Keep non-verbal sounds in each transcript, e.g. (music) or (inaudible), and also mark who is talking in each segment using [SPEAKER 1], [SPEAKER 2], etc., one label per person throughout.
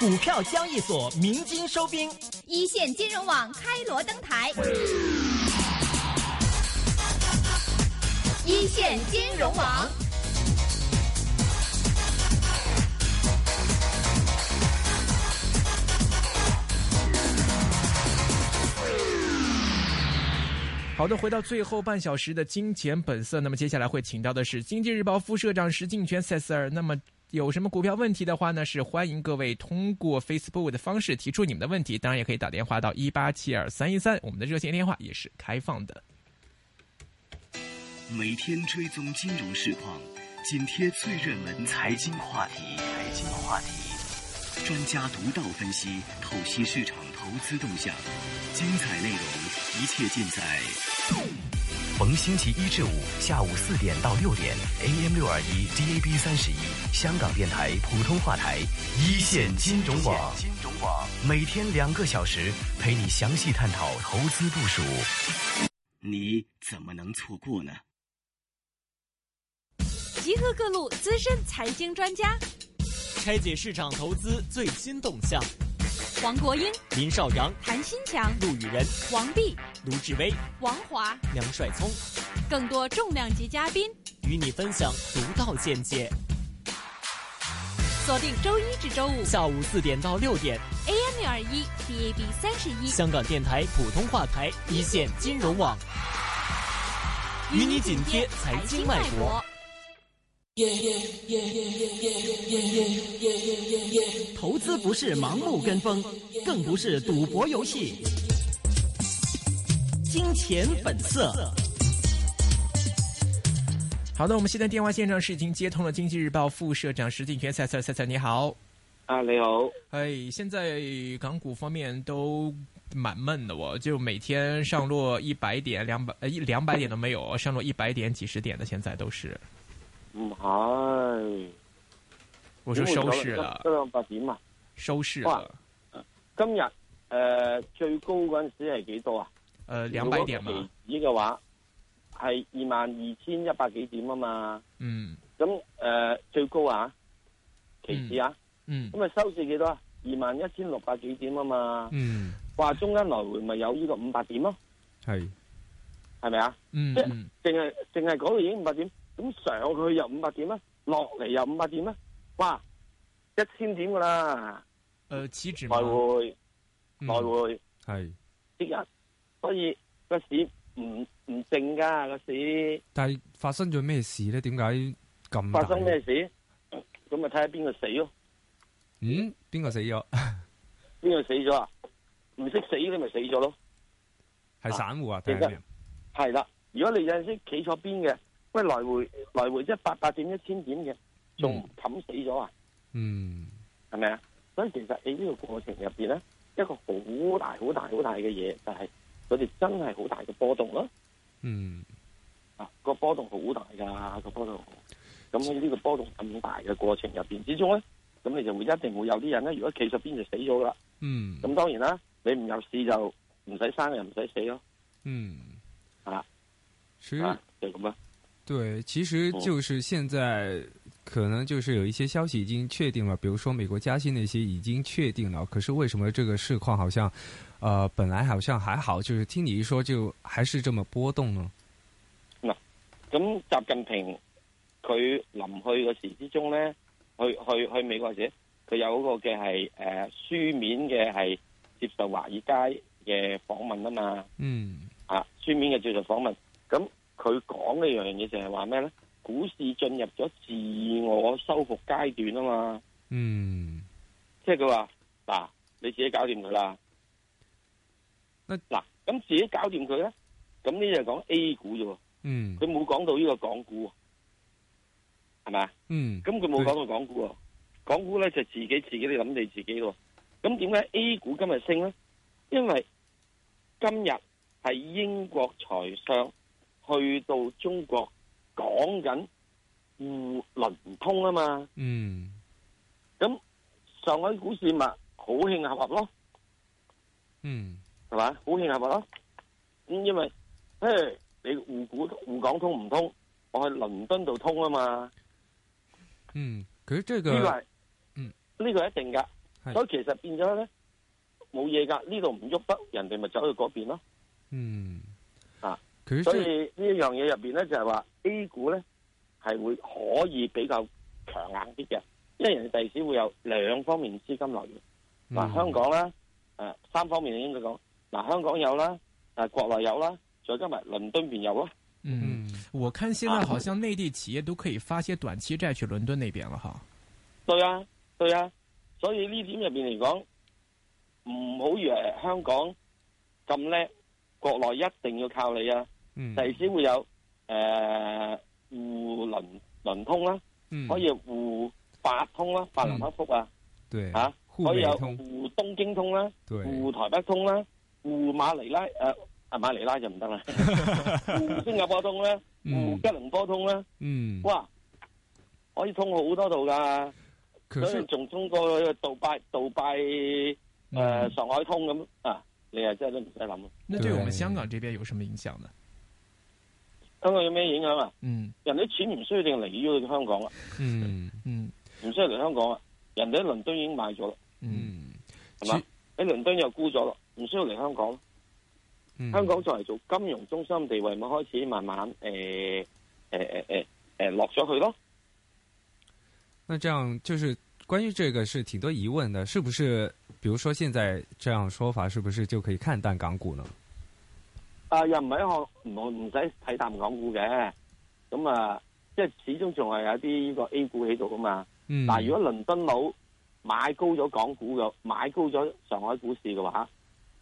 [SPEAKER 1] 股票交易所鸣金收兵，
[SPEAKER 2] 一线金融网开锣登台，一线金融网。
[SPEAKER 3] 好的，回到最后半小时的金钱本色，那么接下来会请到的是经济日报副社长石敬全塞斯尔。那么有什么股票问题的话呢，是欢迎各位通过 Facebook 的方式提出你们的问题，当然也可以打电话到一八七二三一三，我们的热线电话也是开放的。
[SPEAKER 4] 每天追踪金融市况，紧贴最热门财经话题。财经话题，专家独到分析，透析市场投资动向，精彩内容，一切尽在。
[SPEAKER 5] 逢星期一至五下午四点到六点，AM 六二一 DAB 三十一，香港电台普通话台一线金融网，
[SPEAKER 4] 金融网。
[SPEAKER 5] 每天两个小时陪你详细探讨投资部署。
[SPEAKER 4] 你怎么能错过呢？
[SPEAKER 6] 集合各路资深财经专家，
[SPEAKER 7] 拆解市场投资最新动向。
[SPEAKER 6] 黄国英、
[SPEAKER 7] 林少阳、
[SPEAKER 6] 谭新强、
[SPEAKER 7] 陆羽仁、
[SPEAKER 6] 王碧、
[SPEAKER 7] 卢志威、
[SPEAKER 6] 王华，
[SPEAKER 7] 梁帅聪
[SPEAKER 6] 更多重量级嘉宾，
[SPEAKER 7] 与你分享独到见解。
[SPEAKER 6] 锁定周一至周五
[SPEAKER 7] 下午四点到六点，
[SPEAKER 6] AM 六二一 DAB 三十一，
[SPEAKER 7] 香港电台普通话台一线金融网，与你紧贴财经脉搏，。
[SPEAKER 8] 投资不是盲目跟风，更不是赌博游戏。金钱本色。
[SPEAKER 3] 好的，我们现在电话线上是已经接通了经济日报副社长石敬全塞斯尔，塞斯尔你好。
[SPEAKER 9] 啊，你好，
[SPEAKER 3] 哎，现在港股方面都蛮闷的哦，就每天上落一百点、两百呃一两百点都没有，上落一百点、几十点的，现在都是。
[SPEAKER 9] 唔系，
[SPEAKER 3] 我说收市
[SPEAKER 9] 啦，
[SPEAKER 3] 了，
[SPEAKER 9] 得两百點啊！
[SPEAKER 3] 收市
[SPEAKER 9] 哇
[SPEAKER 3] 了，
[SPEAKER 9] 今日诶、呃最高嗰阵时系几多啊？
[SPEAKER 3] 呃，两百点
[SPEAKER 9] 如果
[SPEAKER 3] 嘛，
[SPEAKER 9] 期指嘅話係二萬二千一百幾點啊嘛，
[SPEAKER 3] 嗯
[SPEAKER 9] 咁诶、呃最高啊，期指啊，
[SPEAKER 3] 嗯
[SPEAKER 9] 咁啊、收市幾多啊？二萬一千六百幾點啊嘛，
[SPEAKER 3] 嗯
[SPEAKER 9] 話中間來回咪有呢個五百點咯，
[SPEAKER 3] 系，
[SPEAKER 9] 係咪啊？
[SPEAKER 3] 嗯
[SPEAKER 9] 即係
[SPEAKER 3] 嗯
[SPEAKER 9] 淨係淨係嗰度已經五百點，咁上去又五百點啦，落嚟又五百點啦，哇，一千點噶啦，
[SPEAKER 3] 呃，期指
[SPEAKER 9] 來
[SPEAKER 3] 嘛，
[SPEAKER 9] 回
[SPEAKER 3] 嗯
[SPEAKER 9] 來回
[SPEAKER 10] 系，
[SPEAKER 9] 即日，所以個市唔唔靜噶個市，
[SPEAKER 10] 但系發生咗咩事咧？點解咁大
[SPEAKER 9] 發生咩？事？咁咪睇下邊個死咯，
[SPEAKER 10] 嗯，邊個死咗？
[SPEAKER 9] 啊邊個死咗啊？唔識死你咪死咗咯，
[SPEAKER 10] 係散戶啊？
[SPEAKER 9] 其
[SPEAKER 10] 定
[SPEAKER 9] 實
[SPEAKER 10] 係咩？
[SPEAKER 9] 係啦。如果你有陣時企錯邊嘅，喂來回來回即係八百點一千點嘅，仲唔冚死咗啊？
[SPEAKER 10] 嗯，
[SPEAKER 9] 係咪啊？所以其實喺呢個過程入邊咧，一個好大好大好大嘅嘢就係佢哋真係好大嘅波動咯。
[SPEAKER 10] 嗯，
[SPEAKER 9] 啊，個波動好大㗎，個波動。咁喺呢個波動咁大嘅過程入邊之中咧，咁你就會一定會有啲人咧，如果企咗邊就死咗㗎啦。
[SPEAKER 10] 嗯，
[SPEAKER 9] 咁當然啦，你唔入市就唔使生又唔使死咯。
[SPEAKER 10] 嗯，
[SPEAKER 9] 啊，
[SPEAKER 10] 其實
[SPEAKER 9] 啊，就咁啦。
[SPEAKER 10] 对，其实就是现在可能就是有一些消息已经确定了，比如说美国加息那些已经确定了，可是为什么这个市况好像，呃，本来好像还好，就是听你一说就还是这么波動呢？
[SPEAKER 9] 咁習近平佢臨去嗰時之中咧，去去去美國者，佢有一個嘅係誒書面嘅係接受華爾街嘅訪問啊嘛，
[SPEAKER 10] 嗯
[SPEAKER 9] 啊書面嘅接受訪問，咁佢講嘅樣嘢就係話咩咧？股市進入咗自我修復階段啊嘛，
[SPEAKER 10] 嗯，
[SPEAKER 9] 即係佢話嗱，你自己搞掂佢啦。
[SPEAKER 10] 那
[SPEAKER 9] 嗱，咁自己搞掂佢咧，咁呢就講 A 股啫喎，
[SPEAKER 10] 嗯
[SPEAKER 9] 佢冇講到呢個港股喎，係咪啊？
[SPEAKER 10] 嗯
[SPEAKER 9] 咁佢冇講到港股喎，港股咧就自己自己你諗你自己咯。咁點解 A 股今日升咧？因為今日係英國財相去到中國講緊互聯通啊嘛，
[SPEAKER 10] 嗯
[SPEAKER 9] 咁上海股市咪好興合合咯，
[SPEAKER 10] 嗯
[SPEAKER 9] 係嘛？好興合合咯。咁因為嘿，你互股互港通唔通，我去倫敦度通啊嘛，
[SPEAKER 10] 嗯，可是这
[SPEAKER 9] 呢個
[SPEAKER 10] 个
[SPEAKER 9] 係
[SPEAKER 10] 嗯
[SPEAKER 9] 呢個一定噶。所以其實變咗咧冇嘢噶，呢度唔喐得，人哋咪走去嗰邊咯。
[SPEAKER 10] 嗯，
[SPEAKER 9] 啊，
[SPEAKER 10] 可是
[SPEAKER 9] 所
[SPEAKER 10] 这
[SPEAKER 9] 以呢一樣嘢入邊咧就係話 A 股咧係會可以比較強硬啲嘅，因為人哋第時會有兩方面資金來源。嗱、
[SPEAKER 10] 嗯
[SPEAKER 9] 香港啦，誒、三方面應該講，嗱、香港有啦，誒、國內有啦，再加埋倫敦邊有咯。
[SPEAKER 3] 嗯，我看现在好像内地企业都可以发些短期债去伦敦那边了哈。
[SPEAKER 9] 對啊，對啊，所以呢點入邊嚟講，唔好以為香港咁叻，國內一定要靠你啊！
[SPEAKER 10] 嗯
[SPEAKER 9] 第時會有呃誒互輪輪通啦，
[SPEAKER 10] 嗯
[SPEAKER 9] 可以互八通啦，法蘭克福啊，
[SPEAKER 10] 对
[SPEAKER 9] 嚇、
[SPEAKER 10] 沪
[SPEAKER 9] 可以
[SPEAKER 10] 美
[SPEAKER 9] 有
[SPEAKER 10] 嗯通，
[SPEAKER 9] 互東京通啦，
[SPEAKER 10] 對
[SPEAKER 9] 互台北通啦，互馬尼拉誒、呃、啊馬尼拉就唔
[SPEAKER 10] (laughs)
[SPEAKER 9] 得啦，互新加坡通啦，互
[SPEAKER 10] 嗯
[SPEAKER 9] 吉隆坡通啦，
[SPEAKER 10] 嗯，
[SPEAKER 9] 哇，可以通好多度㗎。
[SPEAKER 10] 可
[SPEAKER 9] 所以
[SPEAKER 10] 是
[SPEAKER 9] 仲通過杜拜、杜拜、誒、
[SPEAKER 3] 嗯呃
[SPEAKER 9] 上海通咁啊，你啊真係都唔使諗啦。
[SPEAKER 3] 那对我们
[SPEAKER 10] 对
[SPEAKER 3] 香港这边有什么影响呢？
[SPEAKER 9] 香港有咩影響啊？
[SPEAKER 3] 嗯
[SPEAKER 9] 人哋啲錢唔需要定嚟咗去香港啦，
[SPEAKER 10] 嗯
[SPEAKER 3] 嗯
[SPEAKER 9] 唔需要嚟香港啊。人哋喺倫敦已經買咗啦，
[SPEAKER 3] 嗯
[SPEAKER 10] 嗯，
[SPEAKER 9] 係嘛？喺倫敦又沽咗啦，唔需要嚟香港啦。
[SPEAKER 10] 嗯
[SPEAKER 9] 香港作為做金融中心地位，咪開始慢呃慢誒誒誒誒誒呃落咗去咯。
[SPEAKER 10] 那这样就是关于这个是挺多疑问的，是不是？比如说现在这样说法，是不是就可以看淡港股呢？
[SPEAKER 9] 啊，又唔係一項唔唔使睇淡港股嘅，咁啊，即係始終仲係有啲呢個 A 股喺度噶嘛。
[SPEAKER 10] 嗯，
[SPEAKER 9] 嗱，如果倫敦佬買高咗港股嘅，買高咗上海股市嘅話，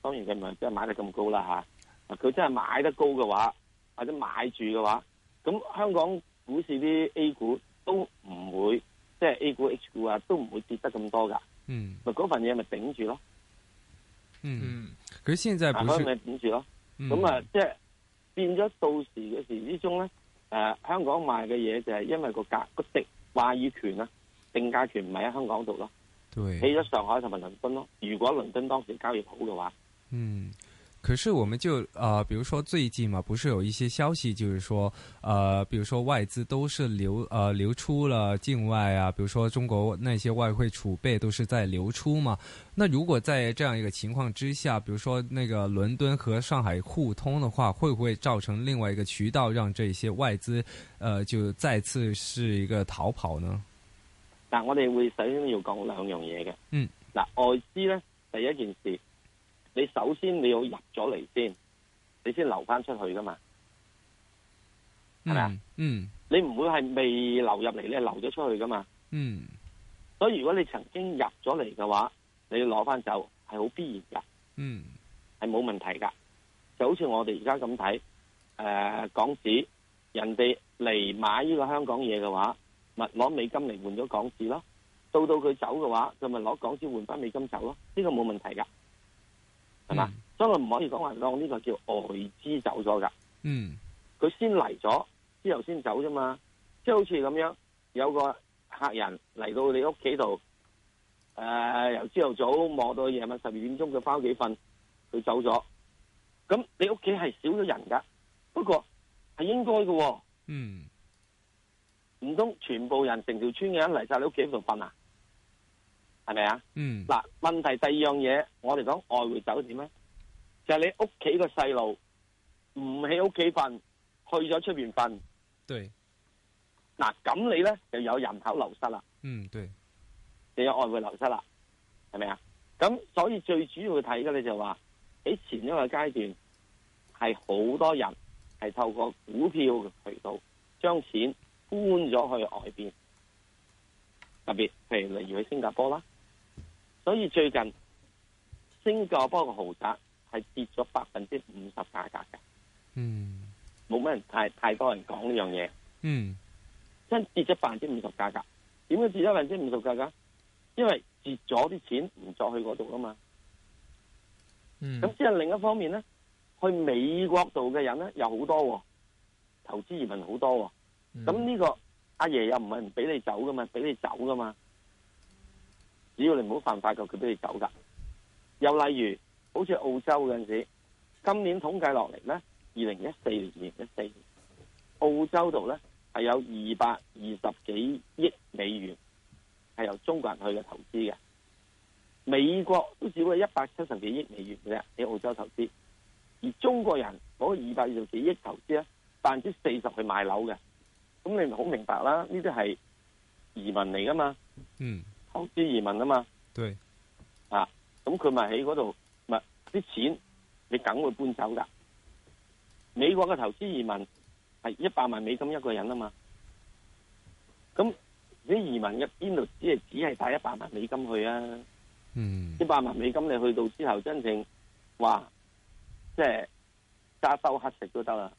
[SPEAKER 9] 當然佢唔係真係買得咁高啦嚇。啊佢真係買得高嘅話，或者買住嘅話，咁香港股市啲 A 股都唔會，即係 A 股、H 股啊，都唔會跌得咁多㗎。
[SPEAKER 10] 嗯
[SPEAKER 9] 咪嗰份嘢咪頂住咯，
[SPEAKER 10] 嗯，
[SPEAKER 3] 嗯
[SPEAKER 10] 可是现在
[SPEAKER 9] 啊
[SPEAKER 10] 不
[SPEAKER 9] 嗰
[SPEAKER 10] 是
[SPEAKER 9] 份嘢頂住咯。
[SPEAKER 10] 嗯
[SPEAKER 9] 咁啊，即係變咗到時嘅時之中咧，誒、香港賣嘅嘢就係因為個價個定話語權啊，定價權唔係喺香港度咯。起
[SPEAKER 10] 对，
[SPEAKER 9] 咗上海同埋倫敦咯。如果倫敦當時交易好嘅話，
[SPEAKER 10] 嗯。可是我们就呃，比如说最近嘛，不是有一些消息，就是说呃，比如说外资都是流呃流出了境外啊，比如说中国那些外汇储备都是在流出嘛。那如果在这样一个情况之下，比如说那个伦敦和上海互通的话，会不会造成另外一个渠道让这些外资呃就再次是一个逃跑呢？
[SPEAKER 9] 嗱，我哋會首先要講兩樣嘢嘅。
[SPEAKER 10] 嗯。
[SPEAKER 9] 嗱，外資咧，第一件事，你首先你要入咗嚟先，你先流翻出去噶嘛。係咪啊
[SPEAKER 10] 嗯嗯
[SPEAKER 9] 你唔會係未流入嚟，你係流咗出去噶嘛。
[SPEAKER 10] 嗯
[SPEAKER 9] 所以如果你曾經入咗嚟嘅話，你要攞翻走係好必然
[SPEAKER 10] 嗯
[SPEAKER 9] 㗎，係冇問題㗎。就好似我哋而家咁睇，誒、呃港紙，人哋嚟買呢個香港嘢嘅話，咪攞美金嚟換咗港紙咯。到到佢走嘅話，就咪攞港紙換翻美金走咯。呢、個冇問題㗎，係嘛？
[SPEAKER 10] 嗯
[SPEAKER 9] 所以我唔可以講話當呢個叫外資走咗㗎，
[SPEAKER 10] 嗯
[SPEAKER 9] 佢先嚟咗之後先走啫嘛。即係好似咁樣，有個客人嚟到你屋企度，誒、由朝頭早望到夜晚十二點鐘，佢翻屋企瞓，佢走咗。咁你屋企係少咗人㗎，不過係應該嘅喎，
[SPEAKER 10] 嗯
[SPEAKER 9] 唔通全部人成條村嘅人嚟晒你屋企度瞓啊？係咪啊？
[SPEAKER 10] 嗯
[SPEAKER 9] 嗱，問題第二樣嘢，我哋講外匯走點咧，就係、你屋企個細路唔喺屋企瞓，去咗出邊瞓，
[SPEAKER 10] 对，
[SPEAKER 9] 嗱咁你咧就有人口流失啦，
[SPEAKER 10] 嗯对，
[SPEAKER 9] 就有外匯流失啦，係咪啊？咁所以最主要睇嘅咧就係話喺前一個階段係好多人係透過股票嘅渠道將錢搬咗去外邊，特別譬如例如去新加坡啦，所以最近新加坡嘅豪宅係跌咗百分之五十價格嘅，
[SPEAKER 10] 嗯
[SPEAKER 9] 冇乜人太太多人講呢樣嘢。
[SPEAKER 10] 嗯
[SPEAKER 9] 真跌咗百分之五十價格。點解跌咗百分之五十價格？因為跌咗啲錢唔再去嗰度啊嘛。
[SPEAKER 3] 嗯
[SPEAKER 9] 咁即係另一方面咧，去美國度嘅人咧又好多、喎，投資移民好多、喎。咁
[SPEAKER 3] 嗯
[SPEAKER 9] 呢、個阿爺又唔係唔俾你走噶嘛，俾你走噶嘛。只要你唔好犯法嘅，佢俾你走噶。又例如，好似澳洲嗰陣時，今年統計落嚟咧，二零一四年、二零一四年，澳洲度咧係有二百二十幾億美元係由中國人去嘅投資嘅。美國都只不過一百七十幾億美元嘅啫喺澳洲投資，而中國人嗰二百二十幾億投資咧，百分之四十去買樓嘅。咁你咪好明白啦，呢啲係移民嚟噶嘛，
[SPEAKER 10] 嗯，
[SPEAKER 9] 投資移民啊嘛，
[SPEAKER 10] 对，
[SPEAKER 9] 啊，咁佢咪喺嗰度，咪啲錢你梗會搬走噶。美國嘅投資移民係一百萬美金一個人啊嘛，咁啲移民嘅邊度只係只係帶一百萬美金去啊？
[SPEAKER 10] 嗯
[SPEAKER 9] 一百萬美金你去到之後，真正話即係揸兜黑食都得啦，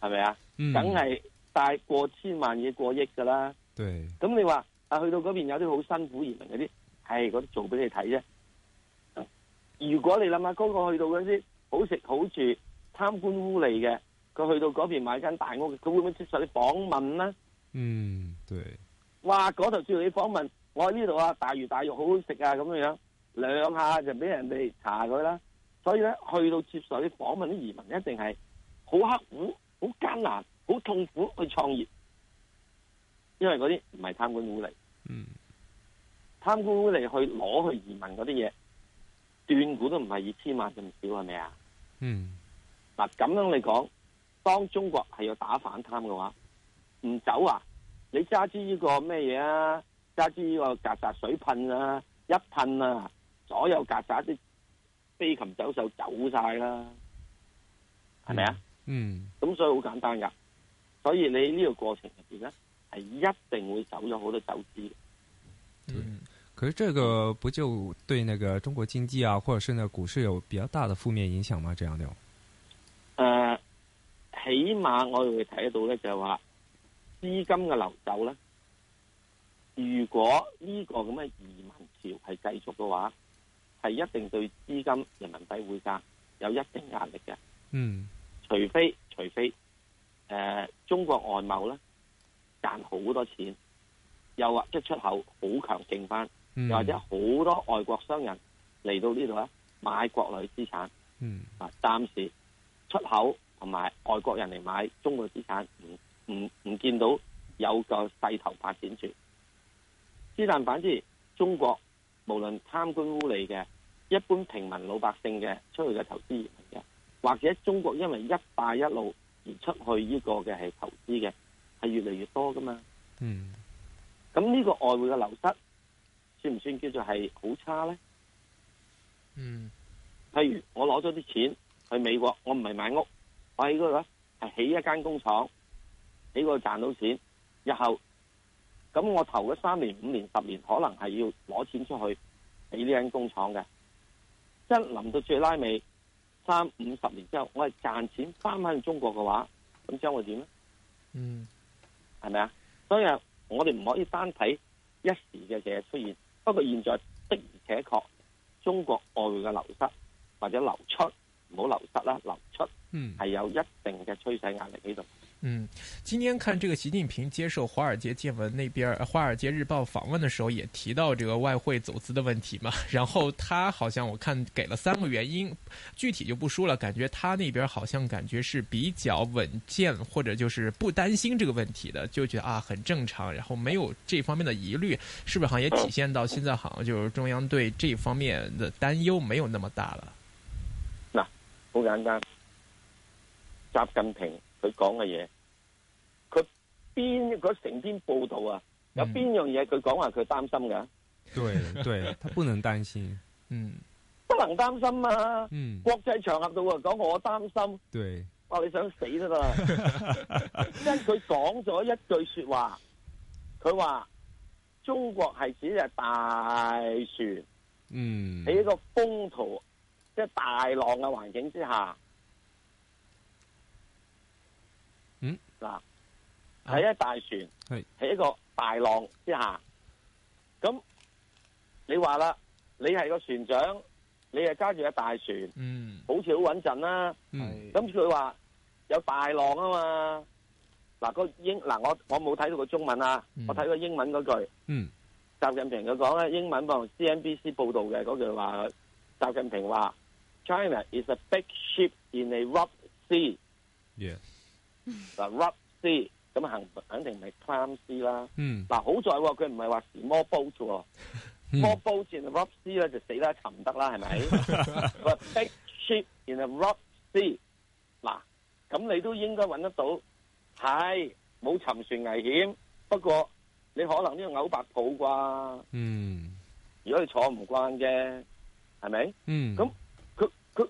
[SPEAKER 9] 係咪啊？
[SPEAKER 10] 嗯
[SPEAKER 9] 梗係帶過千萬嘢過億噶啦。
[SPEAKER 10] 对，
[SPEAKER 9] 咁你話啊，去到嗰邊有啲好辛苦移民嗰啲，係嗰啲做俾你睇啫。如果你諗下嗰個去到嗰啲好食好住、貪官污吏嘅，佢去到嗰邊買間大屋，佢會唔會接受你訪問呢？
[SPEAKER 10] 嗯，对，
[SPEAKER 9] 哇！嗰頭接受你訪問，我喺呢度啊，大魚大肉好好食啊，咁樣樣兩下就俾人哋查佢啦。所以咧，去到接受啲訪問啲移民，一定係好刻苦、好艱難、好痛苦去創業，因為嗰啲唔係貪官污吏。
[SPEAKER 10] 嗯
[SPEAKER 9] 貪官污吏去攞去移民嗰啲嘢，斷估都唔係二千萬咁少，係咪啊？
[SPEAKER 10] 嗯
[SPEAKER 9] 嗱，咁樣嚟講，當中國係要打反貪嘅話，唔走啊！你揸支呢個咩嘢啊？揸支呢個曱甴水噴啊，一噴啊，所有曱甴啲飛禽走獸走晒啦，係咪啊？
[SPEAKER 10] 嗯
[SPEAKER 9] 咁所以好簡單噶，所以你呢個過程入邊咧，係一定會走咗好多走資嘅。
[SPEAKER 10] 嗯。可是这个不就对那个中国经济啊，或者是呢股市有比较大的负面影响吗？这样的哦，
[SPEAKER 9] 誒、呃起碼我哋會睇得到咧，就係話資金嘅流走咧。如果呢個咁嘅移民潮係繼續嘅話，係一定對資金、人民幣匯價有一定壓力嘅。
[SPEAKER 10] 嗯
[SPEAKER 9] 除非除非誒、呃中國外貿咧賺好多錢，又或者出口好強勁翻，
[SPEAKER 10] 嗯
[SPEAKER 9] 又或者好多外國商人嚟到呢度咧買國內資產。
[SPEAKER 10] 嗯
[SPEAKER 9] 啊，暫時出口同埋外國人嚟買中國資產，唔唔唔見到有個勢頭發展住。之但反之，中國無論貪官污吏嘅、一般平民老百姓嘅出去嘅投資移民嘅，或者中國因為一帶一路而出去呢個嘅係投資嘅，係越嚟越多噶嘛。
[SPEAKER 10] 嗯
[SPEAKER 9] 咁呢個外匯嘅流失，算唔算叫做係好差呢？
[SPEAKER 3] 嗯
[SPEAKER 9] 譬如我攞咗啲錢去美國，我唔係買屋，我喺嗰度咧係起一間工廠，喺嗰度賺到錢，日後咁我頭嗰三年、五年、十年，可能係要攞錢出去俾呢間工廠嘅。真臨到最拉尾三五十年之後，我係賺錢翻返去中國嘅話，咁將會點咧？
[SPEAKER 3] 嗯
[SPEAKER 9] 係咪啊？所以啊我哋唔可以單睇一時嘅嘢出現。不過現在的而且確，中國外匯嘅流失或者流出，唔好流失啦，流出
[SPEAKER 10] 嗯
[SPEAKER 9] 係有一定嘅趨勢壓力喺度。
[SPEAKER 3] 嗯，今天看这个习近平接受《华尔街见闻》那边呃《华尔街日报》访问的时候，也提到这个外汇走资的问题嘛。 (laughs) 然后他好像我看给了三个原因，具体就不说了。感觉他那边好像感觉是比较稳健，或者就是不担心这个问题的，就觉得啊很正常，然后没有这方面的疑虑，是不是好像也体现到现在好像就是中央对这方面的担忧没有那么大了？
[SPEAKER 9] 嗱，好簡單，習近平佢講嘅嘢，佢邊嗰成篇報道啊，有邊樣嘢佢講話佢擔心㗎？
[SPEAKER 10] 对对，他不能担心，
[SPEAKER 3] 嗯
[SPEAKER 9] 不能擔心啊！
[SPEAKER 10] 嗯，
[SPEAKER 9] 國際場合度啊，講我擔心。
[SPEAKER 10] 对，
[SPEAKER 9] 哇！你想死得
[SPEAKER 10] (laughs)
[SPEAKER 9] 啦！因為佢講咗一句说話，佢話中國係指係大船
[SPEAKER 10] 嗯
[SPEAKER 9] 喺一個風濤即係大浪嘅環境之下，
[SPEAKER 10] 嗯
[SPEAKER 9] 嗱，喺一大船
[SPEAKER 10] 係
[SPEAKER 9] 喺一個大浪之下，咁你話啦，你係個船長，你係揸住一大船，
[SPEAKER 3] 嗯
[SPEAKER 9] 好似好穩陣啦、
[SPEAKER 10] 嗯
[SPEAKER 9] 咁佢話有大浪啊嘛，嗱、個英嗱、我我冇睇到個中文啊，
[SPEAKER 3] 嗯
[SPEAKER 9] 我睇個英文嗰句，
[SPEAKER 10] 嗯
[SPEAKER 9] 習近平佢講咧英文噃 CNBC 報道嘅嗰句話，習近平話 China is a big ship in a rough sea，
[SPEAKER 10] ，yes，
[SPEAKER 9] 嗱 rough sea 咁肯肯定唔係 prime C 啦。
[SPEAKER 10] 嗯
[SPEAKER 9] 嗱、好在喎，佢唔係話 small boat 喎、
[SPEAKER 10] 嗯
[SPEAKER 9] m a l l boat in a rough sea 咧就死啦沉得啦，係咪？But big ship in a rough sea，嗱，咁你都應該揾得到，係冇沉船危險，不過你可能都要嘔白泡啩，
[SPEAKER 10] 嗯
[SPEAKER 9] 如果你坐唔慣嘅，係咪？
[SPEAKER 10] 嗯，
[SPEAKER 9] 咁佢佢，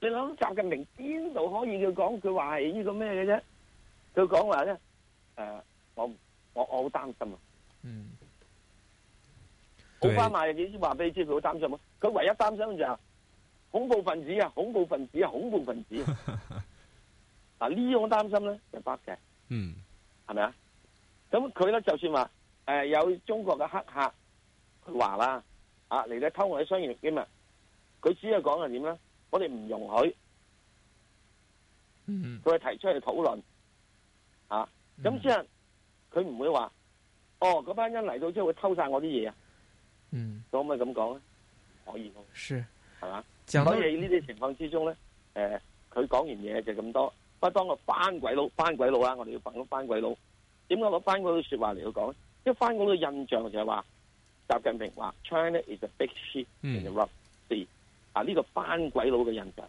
[SPEAKER 9] 你諗習近平邊度可以佢講佢話係呢個咩嘅啫？佢講話咧，誒、我我我好擔心啊！
[SPEAKER 3] 嗯，
[SPEAKER 9] 奧
[SPEAKER 10] 對
[SPEAKER 9] 巴馬已經話俾你知佢好擔心啊！佢唯一擔心就係恐怖分子啊，恐怖分子啊，恐怖分子啊！嗱呢種擔心咧就得嘅，
[SPEAKER 10] 嗯
[SPEAKER 9] 係咪啊？咁佢咧就算話誒、有中國嘅黑客，佢話啦啊嚟咧偷我啲商業機密，佢只係講係點咧？我哋唔容許。
[SPEAKER 3] 嗯
[SPEAKER 9] 佢係提出去討論啊。咁之後佢唔會話哦，嗰班人嚟到之後會偷晒我啲嘢啊，
[SPEAKER 3] 嗯，
[SPEAKER 9] 可唔可以咁講咧？可以咯，
[SPEAKER 3] 是
[SPEAKER 9] 係嘛？
[SPEAKER 3] 讲到
[SPEAKER 9] 啊所以呢啲情況之中咧，誒、佢講完嘢就咁多。不過當我班鬼佬，班鬼佬啊，我哋要反班鬼佬。點解攞班鬼佬説話嚟到講咧？因為班鬼佬嘅印象就係話，習近平話 China is a big ship in the
[SPEAKER 10] 嗯
[SPEAKER 9] rough sea 啊，呢、個班鬼佬嘅印象。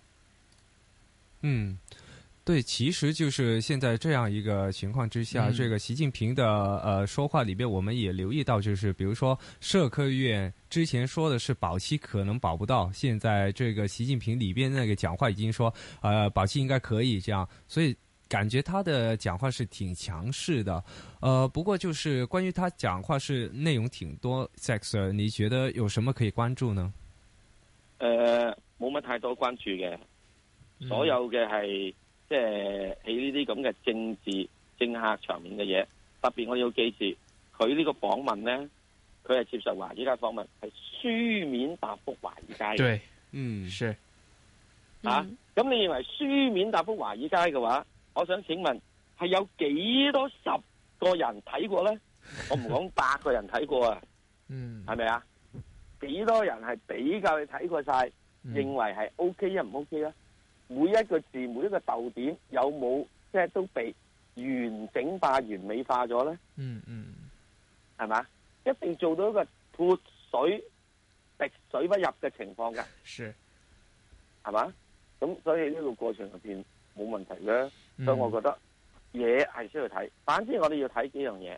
[SPEAKER 10] 嗯。对，其实就是现在这样一个情况之下，
[SPEAKER 3] 嗯
[SPEAKER 10] 这个习近平的呃说话里边，我们也留意到，就是比如说社科院之前说的是保期可能保不到，现在这个习近平里边那个讲话已经说，呃，保期应该可以这样，所以感觉他的讲话是挺强势的。呃，不过就是关于他讲话是内容挺多，Sex，你觉得有什么可以关注呢？
[SPEAKER 9] 誒、呃冇乜太多關注嘅。
[SPEAKER 3] 嗯
[SPEAKER 9] 所有嘅係即係喺呢啲咁嘅政治政客場面嘅嘢，特別我哋要記住，佢呢個訪問咧，佢係接受華爾街訪問，係書面答覆華爾街嘅。
[SPEAKER 3] 对
[SPEAKER 10] 嗯
[SPEAKER 3] 是
[SPEAKER 9] 啊，咁你認為書面答覆華爾街嘅話，我想請問係有幾多十個人睇過咧？我唔講百個人睇過啊，
[SPEAKER 3] 嗯
[SPEAKER 9] 係咪啊？幾多人係比較你睇過晒？認
[SPEAKER 3] 嗯
[SPEAKER 9] 為係 O K 啊，唔 O K 啊？每一個字、每一個逗點有冇即係都被完整化、完美化咗咧？
[SPEAKER 3] 嗯嗯
[SPEAKER 9] 係嘛？一定做到一個潑水滴水不入嘅情況㗎，
[SPEAKER 3] 是，
[SPEAKER 9] 係嘛？咁所以呢個過程入邊冇問題嘅，
[SPEAKER 3] 嗯
[SPEAKER 9] 所以我覺得嘢係需要睇。反之，我哋要睇幾樣嘢，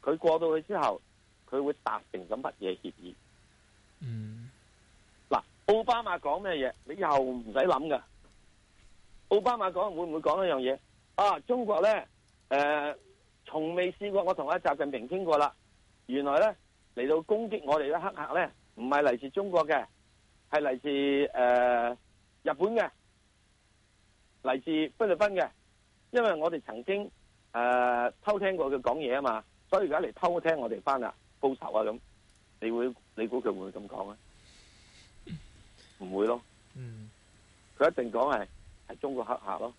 [SPEAKER 9] 佢過到去之後，佢會達成咗乜嘢協議？
[SPEAKER 3] 嗯
[SPEAKER 9] 嗱，奧巴馬講咩嘢，你又唔使諗噶。奧巴馬講會唔會講一樣嘢啊？中國咧，誒、從未試過，我同阿習近平傾過啦。原來咧嚟到攻擊我哋嘅黑客咧，唔係嚟自中國嘅，係嚟自誒、呃日本嘅，嚟自菲律賓嘅。因為我哋曾經誒、呃偷聽過佢講嘢啊嘛，所以而家嚟偷聽我哋翻啦，報仇啊咁。你會你估佢會唔會咁講啊？唔會咯。
[SPEAKER 3] 嗯
[SPEAKER 9] 佢一定講係係中國黑客咯，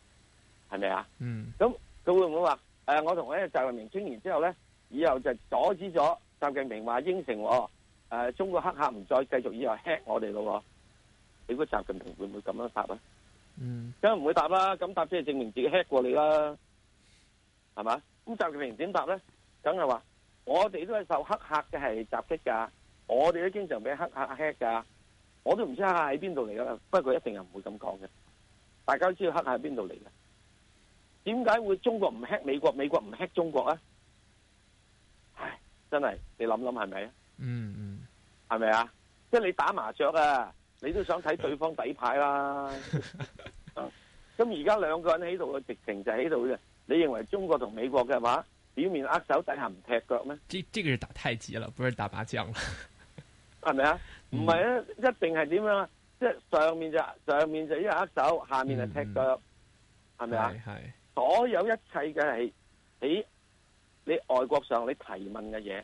[SPEAKER 9] 係咪啊？
[SPEAKER 3] 嗯
[SPEAKER 9] 咁佢會唔會話誒、呃我同咧習近平傾完之後咧，以後就阻止咗習近平話應承我誒、呃中國黑客唔再繼續以後 hack 我哋咯喎？你估習近平會唔會咁樣答啊？
[SPEAKER 3] 嗯
[SPEAKER 9] 梗係唔會答啦，咁答即係證明自己 hack 過你啦，係嘛？咁習近平點答咧？梗係話我哋都係受黑客嘅係襲擊㗎，我哋都經常俾黑客 hack 㗎，我都唔知黑客喺邊度嚟㗎，不過佢一定係唔會咁講嘅。大家都知道黑客喺邊度嚟嘅，點解會中國唔 hack 美國，美國唔 hack 中國啊？唉，真係你諗諗係咪啊？
[SPEAKER 3] 嗯嗯
[SPEAKER 9] 係咪啊？即係你打麻雀啊，你都想睇對方底牌啦。啊咁而家兩個人喺度嘅直情就喺度嘅，你認為中國同美國嘅話，表面握手底下唔踢腳咩？
[SPEAKER 3] 这这个是打太极了，不是打麻将了。
[SPEAKER 9] 係咪啊？唔係啊，一定係點樣啊？即係上面就上面就一握手，下面就踢腳，係咪啊？
[SPEAKER 3] 系
[SPEAKER 9] 所有一切嘅係喺你外國上你提問嘅嘢，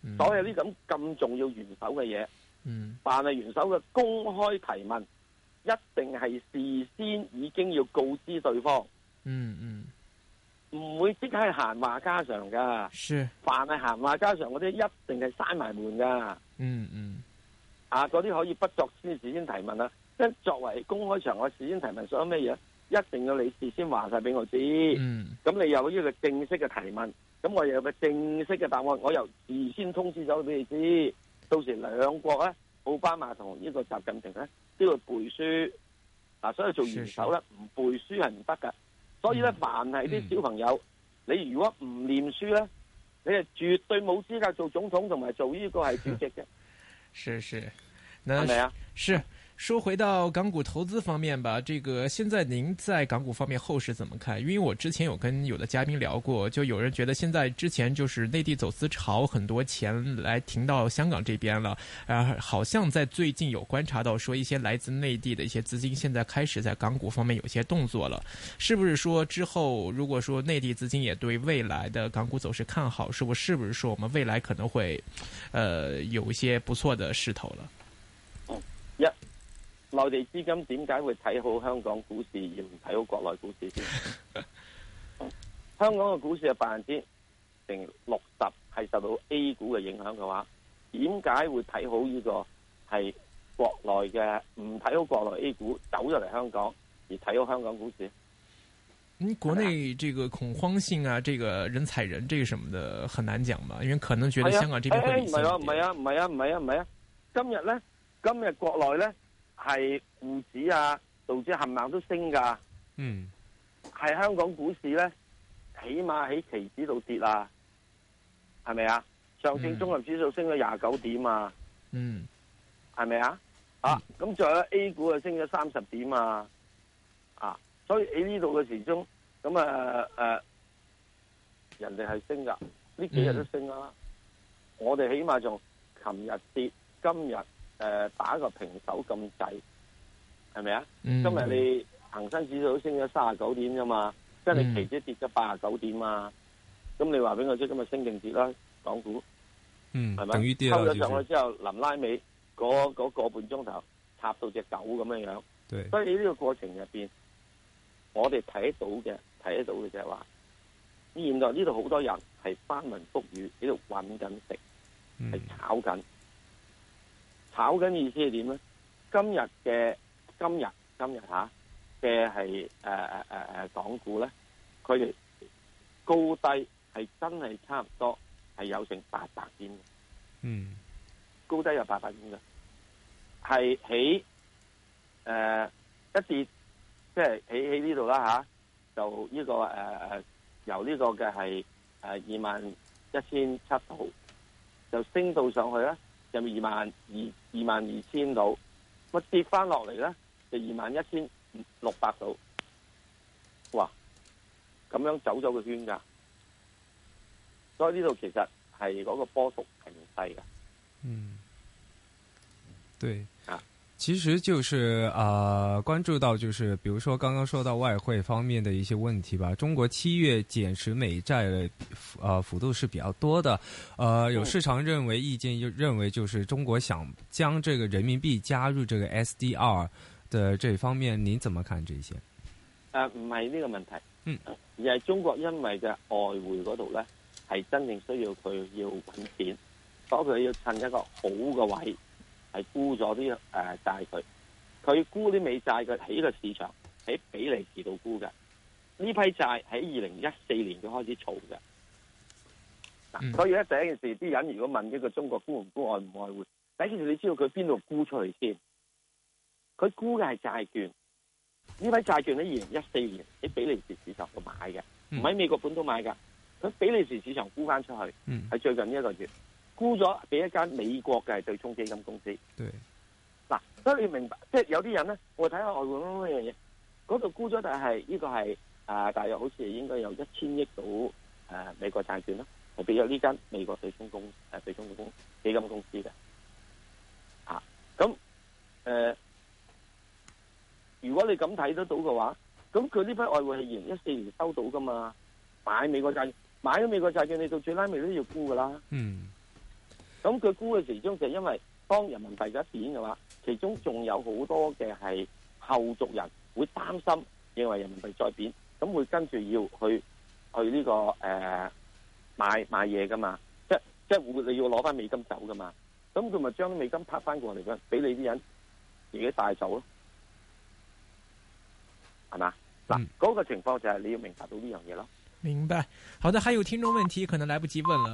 [SPEAKER 3] 系
[SPEAKER 9] 所有呢咁咁重要元首嘅嘢。
[SPEAKER 3] 嗯
[SPEAKER 9] 但係元首嘅公開提問，一定係事先已經要告知對方，
[SPEAKER 3] 嗯嗯
[SPEAKER 9] 唔會即係閒話家常噶。
[SPEAKER 3] 是
[SPEAKER 9] 凡係閒話家常嗰啲，一定係閂埋門噶。
[SPEAKER 3] 嗯嗯
[SPEAKER 9] 啊啊，嗰啲可以不作先事先提問啦。即係作為公開場合事先提問，所有咩嘢一定要你事先話晒俾我知。
[SPEAKER 3] 嗯
[SPEAKER 9] 咁你有呢個正式嘅提問，咁我又有個正式嘅答案，我又事先通知咗俾你知。到時兩國咧，奧啊巴馬同呢個習近平咧都要背書。嗱，所以做元首咧唔背書係唔得噶。所以咧，凡係啲小朋友，你如果唔念書咧，你係絕對冇資格做總統同埋做呢個係主席嘅。
[SPEAKER 3] 是是，那
[SPEAKER 9] 看没啊
[SPEAKER 3] 是说回到港股投资方面吧，这个现在您在港股方面后市怎么看？因为我之前有跟有的嘉宾聊过，就有人觉得现在之前就是内地走私潮，很多钱来停到香港这边了，呃，好像在最近有观察到说一些来自内地的一些资金现在开始在港股方面有些动作了，是不是说之后如果说内地资金也对未来的港股走势看好，是不是不是说我们未来可能会，呃，有一些不错的势头了？
[SPEAKER 9] 一內地資金點解會睇好香港股市而唔睇好國內股市
[SPEAKER 3] (laughs)
[SPEAKER 9] 先？香港嘅股市嘅百分之成六十係受到 A 股嘅影響嘅話，點解會睇好呢個係國內嘅唔睇好國內 A 股走咗嚟香港，而睇好香港股市？
[SPEAKER 3] 嗯，国内这个恐慌性啊，这个人踩人这个什么的很难讲吧，因为可能觉得香港这边会
[SPEAKER 9] 係
[SPEAKER 3] 理性一
[SPEAKER 9] 啊
[SPEAKER 3] 点。
[SPEAKER 9] 哎哎哎唔係啊，唔係啊，唔係啊，唔係啊，唔係啊！今日咧，今日國內咧係沪指啊、道指冚唪唥都升㗎。
[SPEAKER 10] 嗯，
[SPEAKER 9] 係香港股市咧，起碼喺期指度跌啊，係咪啊？上證綜合指數升咗廿九點啊，
[SPEAKER 3] 嗯
[SPEAKER 9] 係咪啊？啊，咁仲有 A 股啊升咗三十點啊，啊，所以喺呢度嘅時鐘，咁啊誒，人哋係升噶，呢幾日都升啦、我哋起碼仲琴日跌，今日誒、呃打個平手咁滯，係咪啊？
[SPEAKER 3] 嗯
[SPEAKER 9] 今日你恒生指數都升咗三十九點啫嘛，即係
[SPEAKER 3] 嗯
[SPEAKER 9] 你期指跌咗八十九點啊，咁你話俾我知今日升定跌啦？港股
[SPEAKER 10] 嗯
[SPEAKER 9] 係，咪？
[SPEAKER 10] 等于
[SPEAKER 3] 啊
[SPEAKER 10] 跌
[SPEAKER 9] 抽
[SPEAKER 10] 了，
[SPEAKER 9] 咗
[SPEAKER 10] 就
[SPEAKER 9] 上
[SPEAKER 10] 是
[SPEAKER 9] 去之後，臨拉尾嗰嗰個半鐘頭插到只狗咁樣樣。
[SPEAKER 10] 对，
[SPEAKER 9] 所以呢個過程入邊，我哋睇到嘅睇得到嘅就係話，現在呢度好多人係翻雲覆雨喺度揾緊食，
[SPEAKER 10] 嗯
[SPEAKER 9] 係炒緊。炒緊意思係點咧？今日嘅今日今日嚇嘅係誒誒誒誒港股咧，佢哋高低係真係差唔多，係有成八百點嘅。
[SPEAKER 10] 嗯
[SPEAKER 9] 高低有八百點嘅，係喺誒一跌，即係喺喺呢度啦吓，就呢、個誒誒、呃由呢個嘅係誒二萬一千七度，就升到上去咧，就二萬二二萬二千度，咁跌翻落嚟咧就二萬一千六百度，哇！咁樣走咗個圈㗎，所以呢度其實係嗰個波幅係唔細㗎。
[SPEAKER 10] 嗯，对
[SPEAKER 9] 啊。
[SPEAKER 10] 其实就是呃，关注到就是比如说刚刚说到外汇方面的一些问题吧。中国七月减持美债的呃幅度是比较多的，呃，有市场认为意见就认为就是中国想将这个人民币加入这个 SDR 的这方面，您怎么看这些？
[SPEAKER 9] 誒呃唔係呢個問題，
[SPEAKER 10] 嗯，
[SPEAKER 9] 而係中國因為嘅外匯嗰度咧，係真正需要佢要揾錢，所以佢要趁一個好嘅位係沽咗啲誒債佢，佢沽啲美債佢喺個市場喺比利時度沽嘅，呢批債喺二零一四年佢開始儲嘅。
[SPEAKER 3] 嗯
[SPEAKER 9] 嗱，所以咧第一件事，啲人如果問呢個中國沽唔沽外唔外匯，第一件事你知道佢邊度沽出去先，佢沽嘅係債券。呢批債券喺二零一四年喺比利時市場度買嘅，唔喺美國本土買㗎。佢比利時市場沽翻出去，
[SPEAKER 10] 嗯，
[SPEAKER 9] 喺最近呢一個月沽咗俾一間美國嘅對沖基金公司。
[SPEAKER 10] 对，
[SPEAKER 9] 嗱，所以你明白，即係有啲人咧，我睇下外匯乜乜嘢，嗰度沽咗，但係呢個係啊、大約好似應該有一千億到誒、呃美國債券啦，係俾咗呢間美國對沖公誒、呃、對沖公基金公司嘅。啊，咁誒、呃如果你咁睇得到嘅話，咁佢呢批外匯係二零一四年收到噶嘛，買美國債券，買咗美國債券，你到最拉尾都要沽噶啦。
[SPEAKER 10] 嗯
[SPEAKER 9] 咁佢估嘅其中就係因為當人民幣一貶嘅話，其中仲有好多嘅係後續人會擔心，認為人民幣再貶，咁會跟住要去去呢、個誒、呃、買買嘢噶嘛，即即會你要攞翻美金走噶嘛，咁佢咪將啲美金拍翻過嚟嘅，俾你啲人自己帶走咯，係嘛？嗱，嗰個情況就係你要明白到呢樣嘢咯。
[SPEAKER 3] 明白。好的，还有听众问题可能来不及问了。